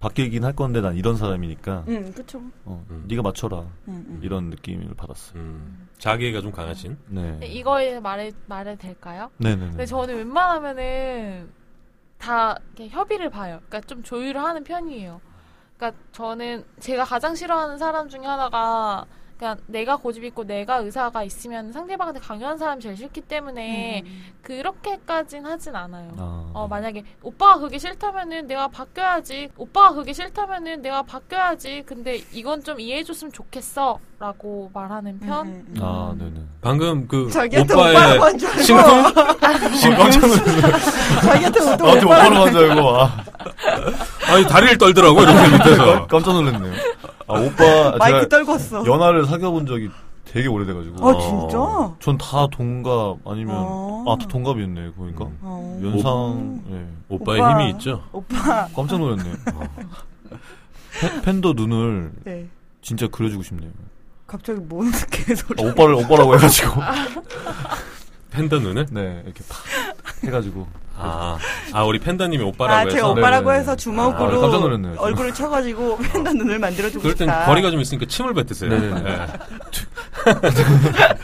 바뀌긴 할 건데 난 이런 사람이니까
음.
응, 그쵸. 응,
어,
음.
네가 맞춰라
응.
이런 느낌을 받았어요.
음. 자기애가 좀 강하신.
네.
근데 이거에 말해 말해 될까요?
네네네.
근데 저는 웬만하면은 다 이렇게 협의를 봐요. 그러니까 좀 조율을 하는 편이에요. 그러니까 저는 제가 가장 싫어하는 사람 중에 하나가 그냥 내가 고집 있고 내가 의사가 있으면 상대방한테 강요한 사람이 제일 싫기
네,
때문에
음.
그렇게까진 하진 않아요.
아,
어, 만약에 오빠가 그게 싫다면은 내가 바뀌어야지. 오빠가 그게 싫다면은 내가 바뀌어야지. 근데 이건 좀 이해해줬으면 좋겠어라고 말하는
음.
편.
아 네네.
어,
방금 그
자기한테 뭐
오빠의
오빠라고 한줄 알고.
깜짝
자기한테
어,
또 오빠라고
나한테 오빠로 한줄 알고 아,
아니 다리를 떨더라고 이렇게 밑에서.
깜짝 놀랐네요. 아 오빠
마이크
제가
떨궜어.
연하를 사귀어본 적이 되게 오래돼가지고
아, 진짜?
어.
전 다 동갑 아니면
아.
아 다 동갑이었네 보니까
음.
어.
연상 예.
오빠의
오빠.
힘이 있죠.
오빠.
깜짝 놀랐네요. 아. 팬- 팬더 눈을
네.
진짜 그려주고 싶네요.
갑자기 뭔 개소리.
아, 오빠를 오빠라고 해가지고
아.
팬더 눈을.
네 이렇게 팍 해가지고
아, 아 우리 팬더님이 오빠라고
아,
해서.
제가 오빠라고
네네네.
해서
아,
주먹으로
깜짝 놀랐네요, 지금.
얼굴을 쳐가지고 팬더 눈을 만들어주고
그럴 땐
싶다.
거리가 좀 있으니까 침을 뱉으세요.
네네네.
네.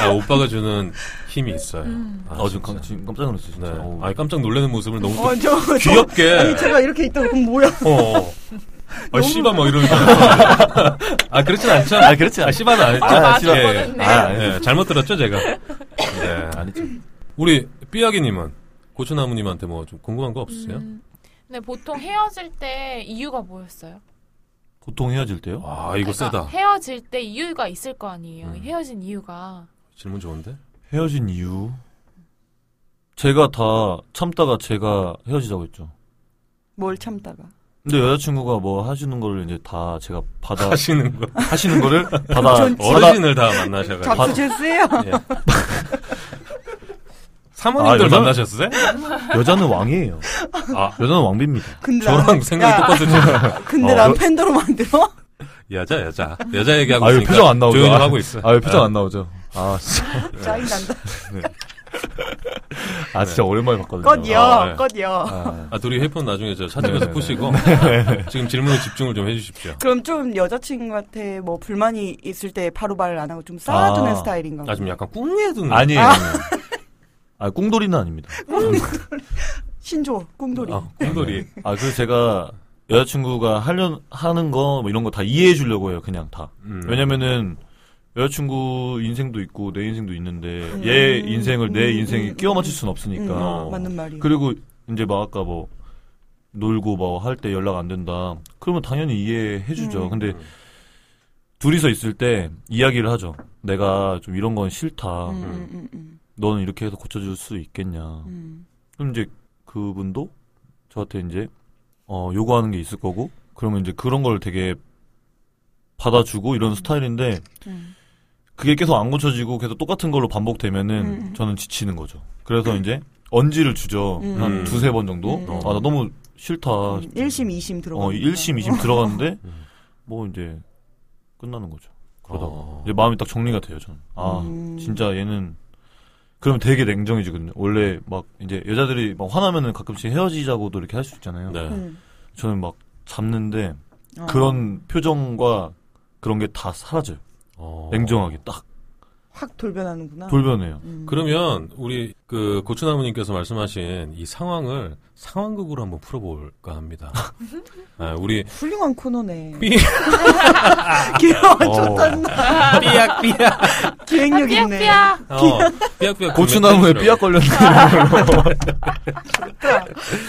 아, 오빠가 주는 힘이 있어요.
음.
아,
어 지금,
진짜.
깜- 지금 깜짝 놀랐어요 진짜.
네.
어우.
아, 깜짝 놀라는 모습을 너무
어, 저, 저,
귀엽게.
아니, 제가 이렇게 있다고 그럼 뭐야?
어, 어. 아,
너무-
씨바 막 이러는 거. 같아요. 아, 그렇진 않죠.
아, 그렇지 않아요.
아, 씨바는 아니죠.
아,
맞아,
씨발.
맞았네.
예. 아, 아니,
네, 잘못 들었죠, 제가. 네.
아니죠.
우리 삐약이님은 고추나무님한테 뭐 좀 궁금한 거 없으세요?
음. 근데 보통 헤어질 때 이유가 뭐였어요?
보통 헤어질 때요?
아, 이거
그러니까
세다.
헤어질 때 이유가 있을 거 아니에요.
음.
헤어진 이유가
질문 좋은데?
헤어진 이유 제가 다 참다가 제가 헤어지자고 했죠.
뭘 참다가.
근데 여자친구가 뭐 하시는 거를 이제 다 제가 받아
하시는 거.
하시는 거를 받아
전-
받아
어르신을 다 만나셔가지고.
잡수 실수예요.
예. 사모님들
아, 여자-
만나셨어요?
여자는 왕이에요.
아.
여자는 왕비입니다.
근데
저랑
난,
생각이
야,
똑같은데.
근데
어,
난
여-
팬더로 만들어?
여자, 여자. 여자 얘기하고
아유
있으니까
표정 안 나오죠.
조용히 좀 하고 있어.
아유 표정 안 나오죠. 아 진짜,
네.
짜증난다.
아, 진짜 오랜만에 봤거든요.
아, 네.
껏이요, 껏이요.
아,
아, 둘이 헤폰 나중에 저
네,
찾으면서
네,
푸시고. 지금 질문에 집중을 좀 해주십시오.
그럼 좀 여자친구한테 뭐 불만이 있을 때 바로 말을 안 하고 좀 쌓아두는
아.
스타일인가?
아, 좀 약간 꿍해둔.
네. 아니에요.
아.
아니에요. 아 꿍돌이는 아닙니다.
신조, 꿍돌이.
아, 꿍돌이.
아 그래서 제가 여자친구가 하려 하는 거 뭐 이런 거 다 이해해 주려고 해요. 그냥 다.
음.
왜냐면은 여자친구 인생도 있고 내 인생도 있는데 얘 인생을 내
음,
인생에
음,
끼워 맞출
음.
순 없으니까.
음,
어.
맞는 말이에요.
그리고 이제 막 아까 뭐 놀고 뭐 할 때 연락 안 된다. 그러면 당연히 이해해 주죠.
음.
근데 둘이서 있을 때 이야기를 하죠. 내가 좀 이런 건
아,
싫다.
네.
음, 음, 음, 음,
너는 이렇게 해서 고쳐줄 수 있겠냐.
음.
그럼 이제 그분도 저한테 이제 어, 요구하는 게 있을 거고 그러면 이제 그런 걸 되게 받아주고 이런 스타일인데
음.
그게 계속 안 고쳐지고 계속 똑같은 걸로 반복되면은
음.
저는 지치는 거죠. 그래서 이제 언지를 주죠.
음.
한 두세 번 정도.
음.
아, 나 너무 싫다.
아,
음, 1심, 2심 들어가.
어, 1심, 2심 들어갔는데
음.
뭐 이제 끝나는 거죠. 아. 그러다가
어.
이제 마음이 딱 정리가 돼요, 저는. 아,
음.
진짜 얘는 아, 그럼 되게 냉정해지거든요. 원래 막 이제 여자들이 막 화나면은 가끔씩 헤어지자고도 이렇게 할 수 있잖아요.
네.
음.
저는 막 잡는데
어.
그런 표정과 그런 게 다 사라져요.
어.
냉정하게 딱
확 돌변하는구나.
돌변해요.
음.
그러면 우리 그 고추나무님께서 말씀하신 이 상황을 상황극으로 한번 풀어볼까 합니다. 아, 우리
훌륭한 코너네.
삐-
기억
어.
좋단다.
삐약 삐약
기획력
아, 삐약
있네.
삐약.
어, 삐약 삐약
고추나무에
삐약
삐약 걸렸네.
좋다.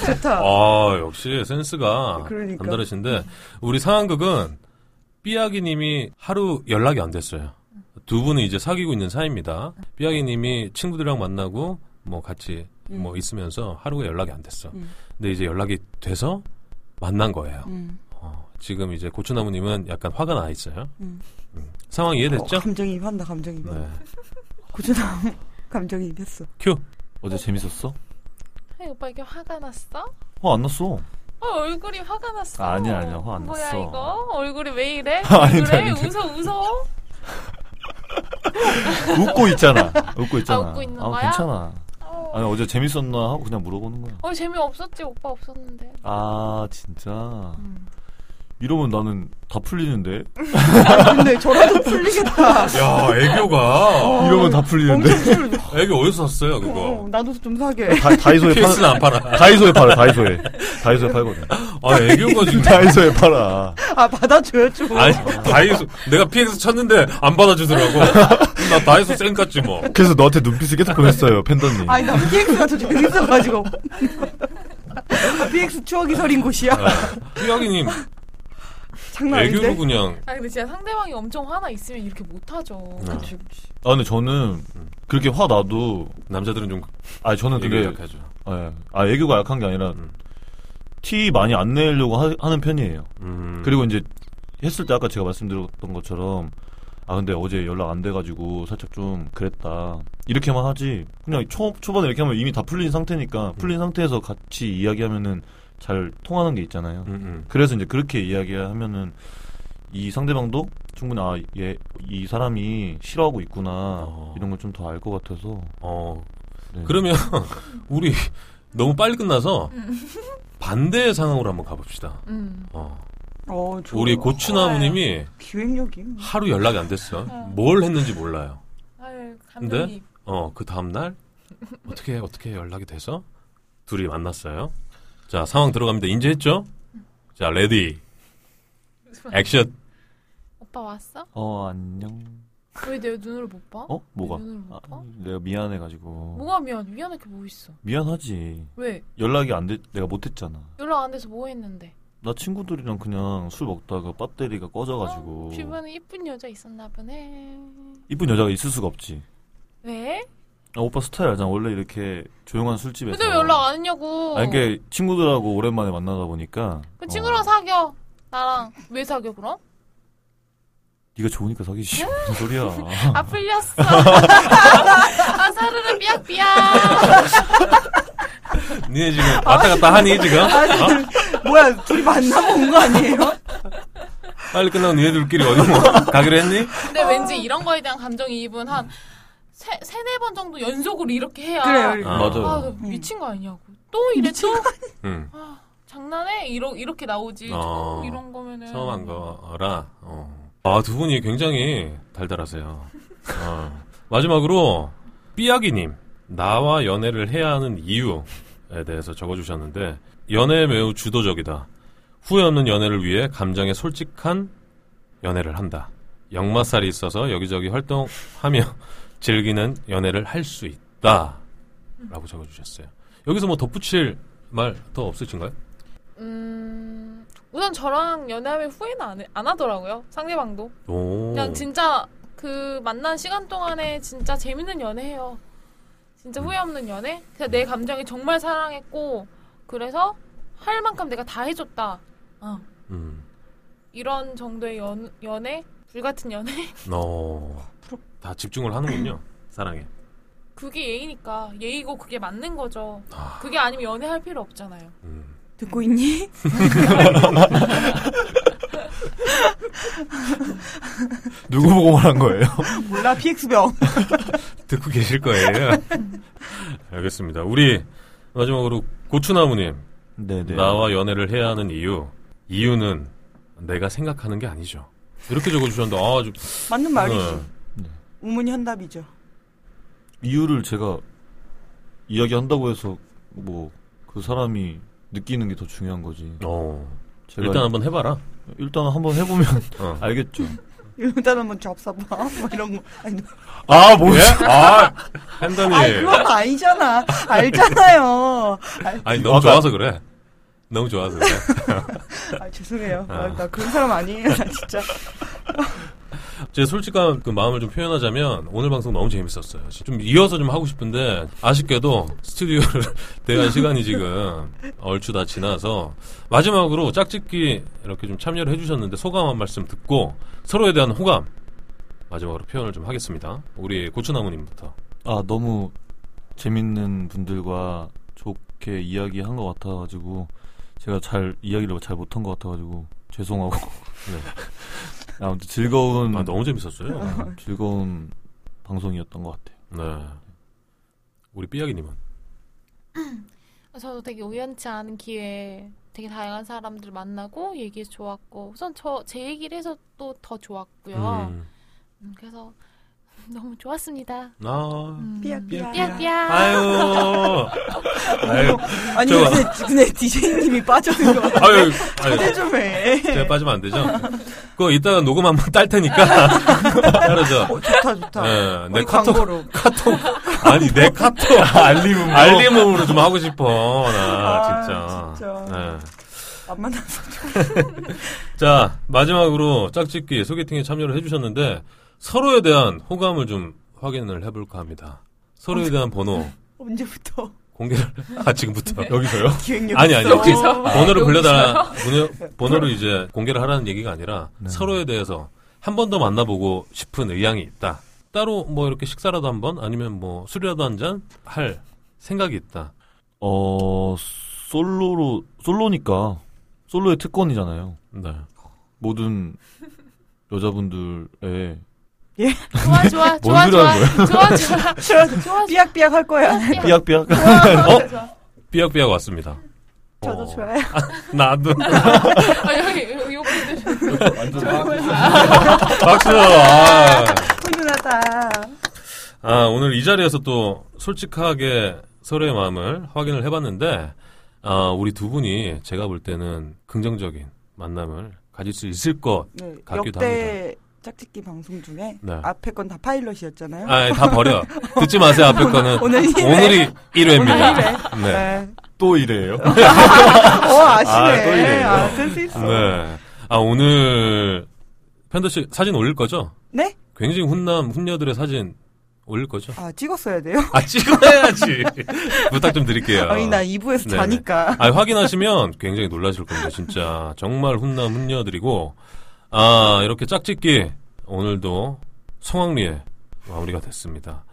좋다.
아, 역시 센스가
그러니까.
남다르신데 우리 상황극은 삐약이님이 하루 연락이 안 됐어요. 두 분은 이제 사귀고 있는 사이입니다. 삐약이님이 친구들이랑 만나고 뭐 같이
음.
뭐 있으면서 하루가 연락이 안 됐어.
음.
근데 이제 연락이 돼서 만난 거예요.
음.
어, 지금 이제 고추나무님은 약간 화가 나 있어요.
음.
음. 상황 이해됐죠?
어, 감정이입한다. 감정이입.
네.
고추나무 감정이입했어.
큐.
어제 재밌었어?
아니, 오빠 이게 화가 났어?
화 안 났어.
어, 얼굴이 화가 났어.
아니야, 아니야, 화안
뭐야,
났어.
이거? 얼굴이 왜 이래?
아니,
그래?
아니, 아니.
웃어, 웃어?
웃고 있잖아. 웃고 있잖아.
아, 웃고 있는
아,
거야?
괜찮아.
어,
아니 어제 재밌었나 하고 그냥 물어보는 거야.
어, 재미없었지, 오빠 없었는데.
아 진짜.
음.
이러면 나는 다 풀리는데.
아, 근데 저라도 풀리겠다.
야,
어.
애교가.
이러면 다
네,
풀리는데.
엄청 풀려.
애교 어디서 샀어요,
어,
그거?
나도 좀 사게.
다, 다이소에
케이스는
팔아.
안 팔아.
다이소에 팔아. 다이소에. 다이소에 팔거든.
아, 애교가 지금.
다이소에 팔아.
아 받아줘요 좀.
아니 다이소 내가 PX 쳤는데 안 받아주더라고 나 다이소 쌩 같지 뭐
그래서 너한테 눈빛을 계속 보냈어요, 팬더님.
아니 나 BX가 도저히 그 있어가지고. BX 추억이 서린 곳이야.
휘영이님
장난
아, 네. 애교로
아닌데.
그냥
아, 근데 진짜 상대방이 엄청 화나 있으면 이렇게 못하죠.
음.
그치, 그치.
아, 근데 저는 그렇게 화 나도,
남자들은 좀
아니, 저는
애교
그게,
약하죠
예. 아, 애교가 약한 게 아니라,
음.
티 많이 안 내려고 하, 는 편이에요.
음,
그리고 이제, 했을 때 아까 제가 말씀드렸던 것처럼, 아, 근데 어제 연락 안 돼가지고 살짝 좀 그랬다. 이렇게만 하지. 그냥 초, 초반에 이렇게 하면 이미 다 풀린 상태니까, 풀린 상태에서 같이 이야기하면은 잘 통하는 게 있잖아요.
음, 음.
그래서 이제 그렇게 이야기하면은 이 상대방도 충분히 아 얘 이 사람이 싫어하고 있구나
어.
이런 걸 좀 더 알 것 같아서
어
네.
그러면 우리 너무 빨리 끝나서 반대의 상황으로 한번 가봅시다
음.
어,
어, 좋아.
우리
네.
고추나무님이
기획력이.
하루 연락이 안 됐어 뭘 했는지 몰라요
아유,
근데?
감독님.
어그 다음 날 어떻게 어떻게 연락이 돼서 둘이 만났어요 자 상황 들어갑니다 인지했죠 자 레디 액션
오빠 왔어?
어 안녕
왜 내 눈을 못 봐?
어 뭐가
내 눈을 못
아,
봐?
내가 미안해가지고
음. 뭐가 미안? 미안할 게 뭐 있어?
미안하지
왜?
연락이 안 돼 내가 못했잖아
연락 안 돼서 뭐 했는데?
나 친구들이랑 그냥 술 먹다가 배터리가 꺼져가지고
어, 주변에 이쁜 여자 있었나 보네.
이쁜 여자가 있을 수가 없지
왜?
아, 오빠 스타일 알잖아 원래 이렇게 조용한 술집에서
근데 왜 연락 안 했냐고.
아니 그러니까 친구들하고 오랜만에 만나다 보니까
그
어,
친구랑 사겨. 나랑 왜 사겨 그럼?
네가 좋으니까 사귀지 무슨 소리야
아 풀렸어. 아 사르르 삐약삐약.
니네 지금 왔다 갔다 하니 지금? 어?
뭐야 아, 둘이 만나고 온 거 아니에요?
빨리 끝나고 니네들끼리 어디 뭐 가기로 했니?
근데 왠지 이런 거에 대한 감정 이입은 한 세, 세네 번 정도 연속으로 이렇게 해야.
그래요.
아.
맞아요.
아, 나 미친 거 아니냐고. 또 이래 또
응.
장난해? 이러, 이렇게 나오지.
아,
어.
처음 이런 거면은.
처음 한 거라. 어. 아, 두 분이 굉장히 달달하세요. 어. 마지막으로 삐약이님 나와 연애를 해야 하는 이유에 대해서 적어주셨는데 연애에 매우 주도적이다. 후회 없는 연애를 위해 감정에 솔직한 연애를 한다. 역마살이 있어서 여기저기 활동하며 즐기는 연애를 할 수 있다. 라고 적어주셨어요. 여기서 뭐 덧붙일 말 더 없으신가요?
음, 우선 저랑 연애하면 후회는 안, 해- 안 하더라고요. 상대방도.
오.
그냥 진짜 그 만난 시간 동안에 진짜 재밌는 연애해요.
음.
진짜 후회 없는 연애? 그냥 내 감정이 정말 사랑했고, 그래서 할 만큼 내가 다 해줬다. 어.
음.
이런 정도의 연, 연애? 불같은 연애?
어. 다 집중을 하는군요. 사랑에.
그게 예의니까. 예의고 그게 맞는 거죠.
아.
그게 아니면 연애할 필요 없잖아요.
음.
듣고 있니?
누구 보고 말한 거예요?
몰라 PX병.
듣고 계실 거예요. 알겠습니다. 우리 마지막으로 고추나무님
네네.
나와 연애를 해야 하는 이유 이유는 내가 생각하는 게 아니죠. 이렇게 적어주셨는데 아, 좀,
맞는 말이죠.
어,
우문이 한답이죠.
이유를 제가 이야기한다고 해서 뭐 그 사람이 느끼는 게 더 중요한 거지.
어,
제가
일단 한번 해봐라.
일단 한번 해보면
어.
알겠죠.
일단 한번 잡숴봐. 뭐 이런 거. 아니,
아, 뭐야? 아, 한다니.
아니 그건 아니잖아. 알잖아요. 알-
아니, 너무
아까-
좋아서 그래. 너무 좋아서 그래.
아, 죄송해요. 아,
아.
나 그런 사람 아니에요. 나 진짜.
제 솔직한 그 마음을 좀 표현하자면 오늘 방송 너무 재밌었어요. 좀 이어서 좀 하고 싶은데 아쉽게도 스튜디오를 대한 시간이 지금 얼추 다 지나서 마지막으로 짝짓기 이렇게 좀 참여를 해주셨는데 소감 한 말씀 듣고 서로에 대한 호감 마지막으로 표현을 좀 하겠습니다. 우리 고추나무님부터.
아 너무 재밌는 분들과 좋게 이야기한 것 같아가지고 제가 잘 이야기를 잘 못한 것 같아가지고 죄송하고 네. 아무튼 즐거운
아, 너무 재밌었어요.
아, 즐거운 방송이었던 것 같아요.
네. 우리 삐약이님은.
저도 되게 우연치 않은 기회에 되게 다양한 사람들 만나고 얘기해서 좋았고 우선 저 제 얘기를 해서 또 더 좋았고요.
음.
음, 그래서 너무 좋았습니다. 음.
아.
삐약삐약.
삐약삐약.
아.
아유. 아유.
아니
저거.
근데, 근데 DJ님이 빠져든 거.
아유. 아유.
초대 좀 해.
제가 빠지면 안 되죠? 그거 이따가 녹음 한번 딸 테니까. 따르죠.
어, 좋다 좋다.
예, 내
우리
카톡,
광고로.
카톡. 아니, 내 카톡. 알림음으로. 알림음으로 좀 하고 싶어. 나,
어. 아,
진짜.
진짜.
예.
안 만나서 좀.
자, 마지막으로 짝짓기 소개팅에 참여를 해주셨는데, 서로에 대한 호감을 좀 확인을 해볼까 합니다.
어,
서로에 대한 번호
언제부터
공개를, 아, 지금부터.
네.
여기서요?
기획력.
아니, 아니. 여기
여기서?
번호를 불려달라. 번호, 번호를 이제 공개를 하라는 얘기가 아니라
네.
서로에 대해서 한 번 더 만나보고 싶은 의향이 있다. 따로 뭐 이렇게 식사라도 한 번, 아니면 뭐 술이라도 한 잔 할 생각이 있다.
어 솔로로 솔로니까 솔로의 특권이잖아요.
네.
모든 여자분들의
좋아 좋아 좋아
뭔 소리
좋아
하는
좋아 좋아 좋아
삐약삐약 할 거야.
삐약삐약
어? 삐약삐약 왔습니다.
저도
어,
좋아요.
나도.
아 여기 여기 분들
완전
박수! 아.
훈훈하다.
아, 오늘 이 자리에서 또 솔직하게 서로의 마음을 확인을 해봤는데, 아, 우리 두 분이 제가 볼 때는 긍정적인 만남을 가질 수 있을 것
네,
같기도
역대 짝짓기 방송 중에
네.
앞에 건 다 파일럿이었잖아요.
아, 다 버려. 듣지 마세요, 앞에 거는.
오늘 일회.
오늘이 1회입니다. 네.
네.
또 이래요.
어,
아, 또
아시네.
이래요.
아, 센스 있어. 네?
네. 아, 오늘, 팬더 씨 사진 올릴 거죠?
네?
굉장히 훈남, 훈녀들의 사진 올릴 거죠?
아, 찍었어야 돼요?
아, 찍어야지. 부탁 좀 드릴게요.
아니, 나 2부에서
네네.
자니까.
아, 확인하시면 굉장히 놀라실 겁니다, 진짜. 정말 훈남, 훈녀들이고, 아, 이렇게 짝짓기, 오늘도 성황리에 마무리가 됐습니다.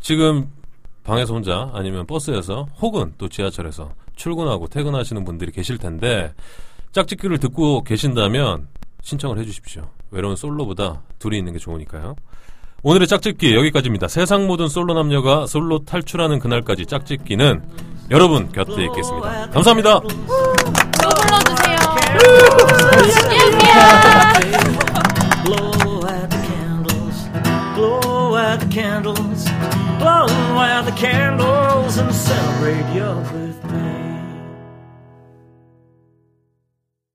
지금 방에서 혼자 아니면 버스에서 혹은 또 지하철에서 출근하고 퇴근하시는 분들이 계실 텐데, 짝짓기를 듣고 계신다면 신청을 해주십시오. 외로운 솔로보다 둘이 있는 게 좋으니까요. 오늘의 짝짓기 여기까지입니다. 세상 모든 솔로 남녀가 솔로 탈출하는 그날까지 짝짓기는 여러분 곁에 있겠습니다. 감사합니다.
아,
또 불러주세요. 예, 예.